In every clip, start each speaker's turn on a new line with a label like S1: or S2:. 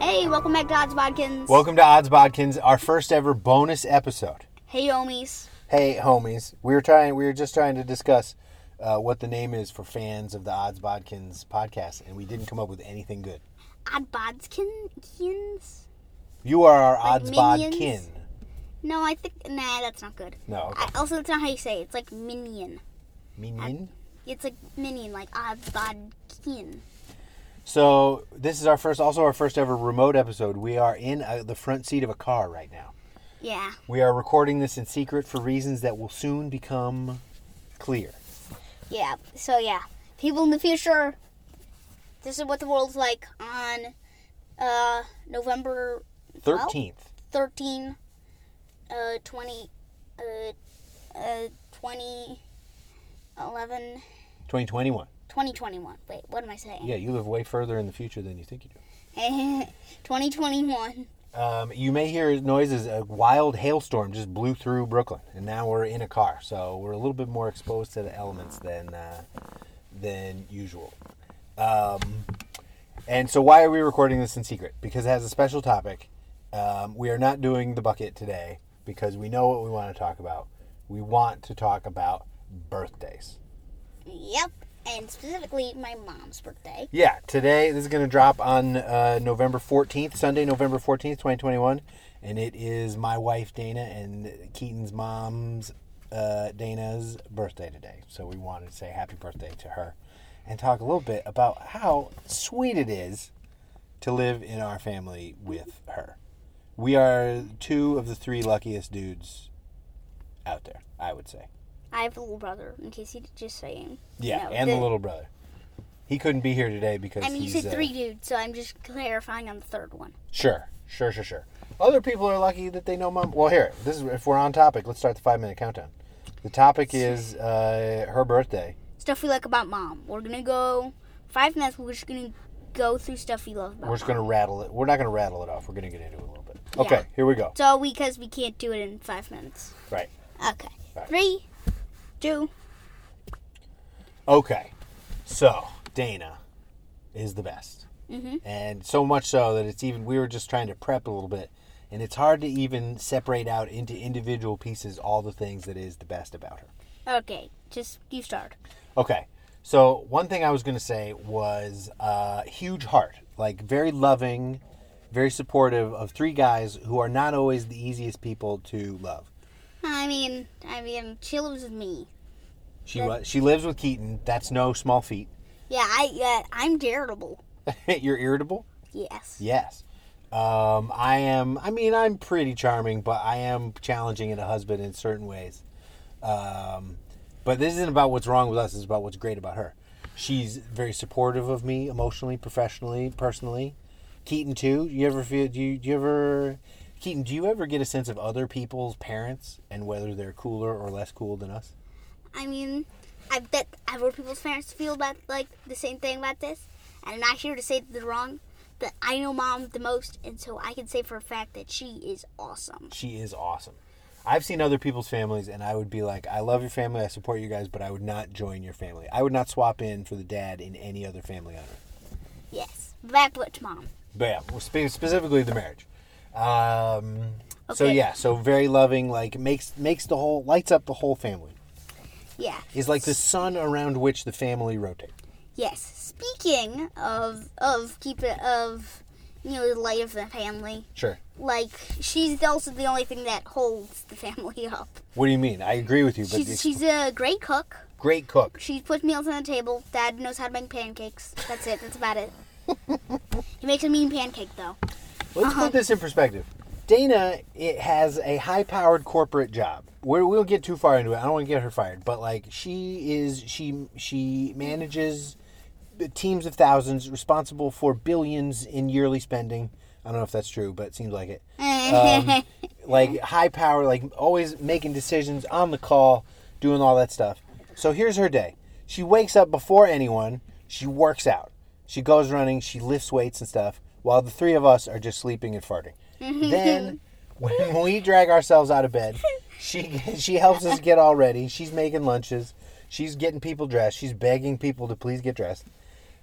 S1: Hey, welcome back to Odds Bodkins.
S2: Welcome to Odds Bodkins, our first ever bonus episode.
S1: Hey, homies.
S2: Hey, homies, we were trying. We were just trying to discuss uh, what the name is for fans of the Odds Bodkins podcast, and we didn't come up with anything good.
S1: Odd Bodkins?
S2: You are our Odds
S1: minions?
S2: Bodkin.
S1: No, I think. Nah, that's not good.
S2: No, okay.
S1: I, also, that's not how you say it. It's like minion.
S2: minion.
S1: It's like minion, like Odds Bodkin.
S2: So this is our first, also our first ever remote episode. We are in uh the front seat of a car right now.
S1: Yeah.
S2: We are recording this in secret for reasons that will soon become clear.
S1: Yeah. So, yeah. People in the future, this is what the world's like on uh, November Well?
S2: Thirteenth.
S1: 13, uh, 20, uh, uh, 2011,
S2: 2021.
S1: 2021. Wait, what am I saying?
S2: Yeah, you live way further in the future than you think you do.
S1: Eh, 2021.
S2: Um, you may hear noises. A wild hailstorm just blew through Brooklyn, and now we're in a car, so we're a little bit more exposed to the elements than uh, than usual. Um, and so, why are we recording this in secret? Because it has a special topic. Um, we are not doing the bucket today because we know what we want to talk about. We want to talk about birthdays.
S1: Yep. And specifically my mom's birthday.
S2: Yeah, today this is going to drop on uh, November 14th, Sunday, November 14th, 2021. And it is my wife, Dana, and Keaton's mom's, uh, Dana's birthday today. So we wanted to say happy birthday to her and talk a little bit about how sweet it is to live in our family with her. We are two of the three luckiest dudes out there, I would say.
S1: I have a little brother, in case you just saying.
S2: Yeah,
S1: No,
S2: and the,
S1: the-
S2: little brother. He couldn't be here today because
S1: I mean, you
S2: he's
S1: said
S2: uh,
S1: three dudes, so I'm just clarifying on the third one.
S2: Sure, sure, sure, sure. Other people are lucky that they know mom. Well, here, this is if we're on topic. Let's start the five minute countdown. The topic is uh, her birthday.
S1: Stuff we like about mom. We're gonna go five minutes. We're just gonna go through stuff we love about.
S2: We're just
S1: mom.
S2: gonna rattle it. We're not gonna rattle it off. We're gonna get into it a little bit.
S1: Yeah.
S2: Okay, here we go.
S1: So because we can't do it in five minutes.
S2: Right.
S1: Okay.
S2: Right.
S1: Three, two.
S2: Okay. So Dana is the best,
S1: Mhm.
S2: and so much so that it's even. We were just trying to prep a little bit, and it's hard to even separate out into individual pieces all the things that is the best about her.
S1: Okay. Just you start.
S2: Okay. So one thing I was gonna say was uh, huge heart, like very loving, very supportive of three guys who are not always the easiest people to love.
S1: I mean, I mean, she lives with me.
S2: She wa she lives with Keaton. That's no small feat.
S1: Yeah, I yeah, I'm terrible.
S2: You're irritable.
S1: Yes.
S2: Yes. Um, I am. I mean, I'm pretty charming, but I am challenging in a husband in certain ways. Um, but this isn't about what's wrong with us. It's about what's great about her. She's very supportive of me emotionally, professionally, personally. Keaton too. You ever feel? Do you, do you ever? Keaton, do you ever get a sense of other people's parents and whether they're cooler or less cool than us?
S1: I mean, I bet other people's parents feel about like the same thing about this, and I'm not here to say that they're wrong. But I know mom the most, and so I can say for a fact that she is awesome.
S2: She is awesome. I've seen other people's families, and I would be like, I love your family, I support you guys, but I would not join your family. I would not swap in for the dad in any other family on earth.
S1: Yes, back to mom.
S2: But yeah, well, spe- specifically the marriage. Um, So
S1: Okay.
S2: yeah, so very loving, like makes makes the whole lights up the whole family.
S1: Yeah.
S2: Is like the sun around which the family rotates.
S1: Yes. Speaking of of keep it of you know the light of the family,
S2: Sure.
S1: like she's also the only thing that holds the family up.
S2: What do you mean? I agree with you, but
S1: She's
S2: it's
S1: she's a great cook.
S2: great cook.
S1: She puts meals on the table. Dad knows how to make pancakes. That's it. That's about it. he makes a mean pancake though.
S2: Let's put this in perspective. Dana it has a high-powered corporate job. We're, we don't get too far into it. I don't want to get her fired, but like she is, she she manages teams of thousands, responsible for billions in yearly spending. I don't know if that's true, but it seems like it. Um, like high power, like always making decisions on the call, doing all that stuff. So here's her day. She wakes up before anyone. She works out. She goes running. She lifts weights and stuff. While the three of us are just sleeping and farting. then when we drag ourselves out of bed, she she helps us get all ready. She's making lunches. She's getting people dressed. She's begging people to please get dressed.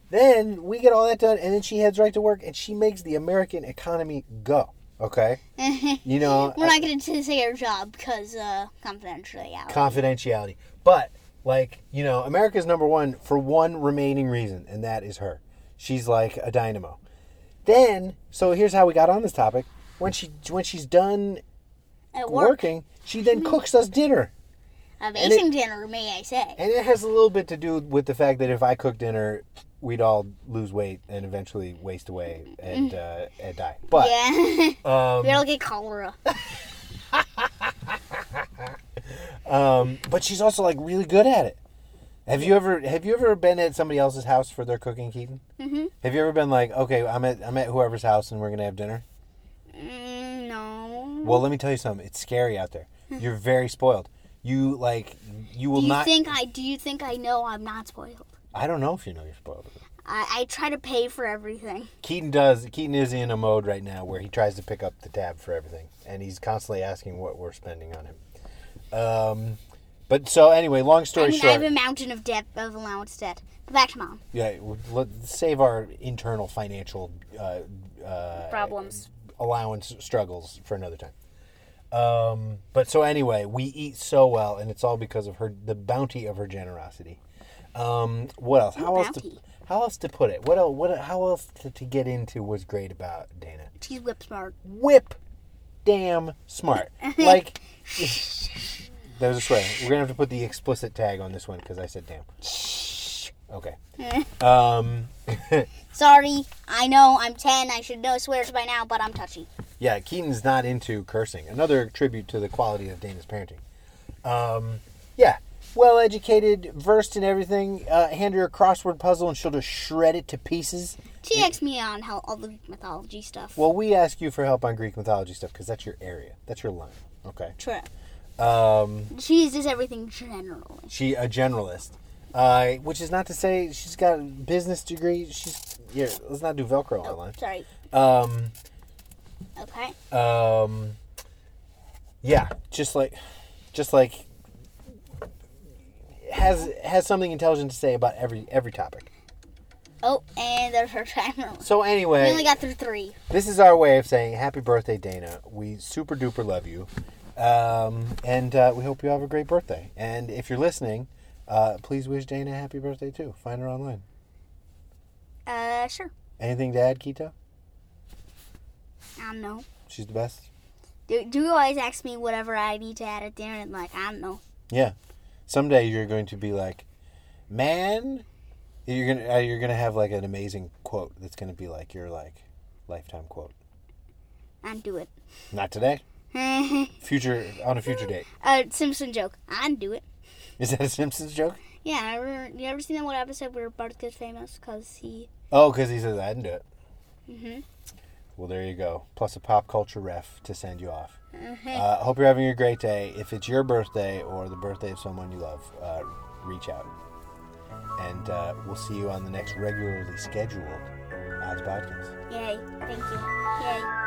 S2: Then we get all that done, and then she heads right to work, and she makes the American economy go. Okay, you know
S1: We're not going to say our job because uh, confidentiality.
S2: confidentiality, but like you know, America's number one for one remaining reason, and that is her. She's like a dynamo. Then, so here's how we got on this topic. When she when she's done
S1: At work, Mm-hmm.
S2: working, she then cooks us dinner.
S1: amazing dinner, may I say?
S2: And it has a little bit to do with the fact that if I cooked dinner, we'd all lose weight and eventually waste away and uh, and die. But
S1: Mm. yeah,
S2: um,
S1: we all get cholera.
S2: um, but she's also like really good at it. Have you ever have you ever been at somebody else's house for their cooking, Keaton? Mm-hmm. Have you ever been like, okay, I'm at I'm at whoever's house and we're gonna have dinner?
S1: Mm, no.
S2: Well, let me tell you something. It's scary out there. You're very spoiled. You like you will
S1: Mm-hmm. do you
S2: not.
S1: think I? Do you think I know I'm not spoiled?
S2: I don't know if you know you're spoiled.
S1: I, I try to pay for everything.
S2: Keaton does. Keaton is in a mode right now where he tries to pick up the tab for everything, and he's constantly asking what we're spending on him. Um, but so anyway, long story
S1: I mean, I
S2: short,
S1: have a mountain of debt of allowance debt. But back to mom
S2: yeah, let's save our internal financial uh, uh,
S1: problems.
S2: allowance struggles for another time. Um, but so anyway, we eat so well, and it's all because of her the bounty of her generosity. Um, what else? How else? To,
S1: Bounty.
S2: how else to put it? What else? What? How else to, to get into what's great about Dana?
S1: She's whip smart.
S2: whip damn smart. Like, there's a swear. We're gonna have to put the explicit tag on this one because I said damn. Okay. Um,
S1: Sorry, I know I'm ten. I should know swears by now, but I'm touchy.
S2: yeah, Keaton's not into cursing. Another tribute to the quality of Dana's parenting. Um, yeah, well educated, versed in everything. Uh, hand her a crossword puzzle and she'll just shred it to pieces.
S1: She asks me on how all the mythology stuff.
S2: Well, we ask you for help on Greek mythology stuff because that's your area. That's your line. Okay.
S1: True.
S2: Um,
S1: She uses everything generally.
S2: She a generalist, uh, which is not to say she's got a business degree. She's yeah. Let's not do Velcro online.
S1: Sorry.
S2: Um,
S1: Okay.
S2: um, yeah, just like, just like has has something intelligent to say about every every topic.
S1: Oh, and there's her timer.
S2: So
S1: We
S2: anyway,
S1: only got through three.
S2: this is our way of saying happy birthday, Dana. We super duper love you. Um, and uh, we hope you have a great birthday. And if you're listening, uh, please wish Dana a happy birthday too. Find her online.
S1: Uh, sure.
S2: Anything to add, Keto?
S1: I don't know.
S2: She's the best.
S1: Do, do you always ask me whatever I need to add at dinner? And like, I don't know.
S2: Yeah. Someday you're going to be like, man, you're gonna uh, you're gonna have like an amazing quote that's gonna be like your like lifetime quote.
S1: I do it.
S2: Not today. Future on a future date.
S1: uh, Simpson joke. I do it.
S2: Is that a Simpsons joke?
S1: Yeah, I remember, you ever seen that one episode where Bart gets famous because he
S2: Oh, because he says I didn't do it.
S1: Mhm.
S2: Well, there you go. Plus a pop culture ref to send you off. Uh, hope you're having a great day. If it's your birthday or the birthday of someone you love, uh, reach out. And uh, we'll see you on the next regularly scheduled Odds Podcast.
S1: Yay. Thank you. Yay.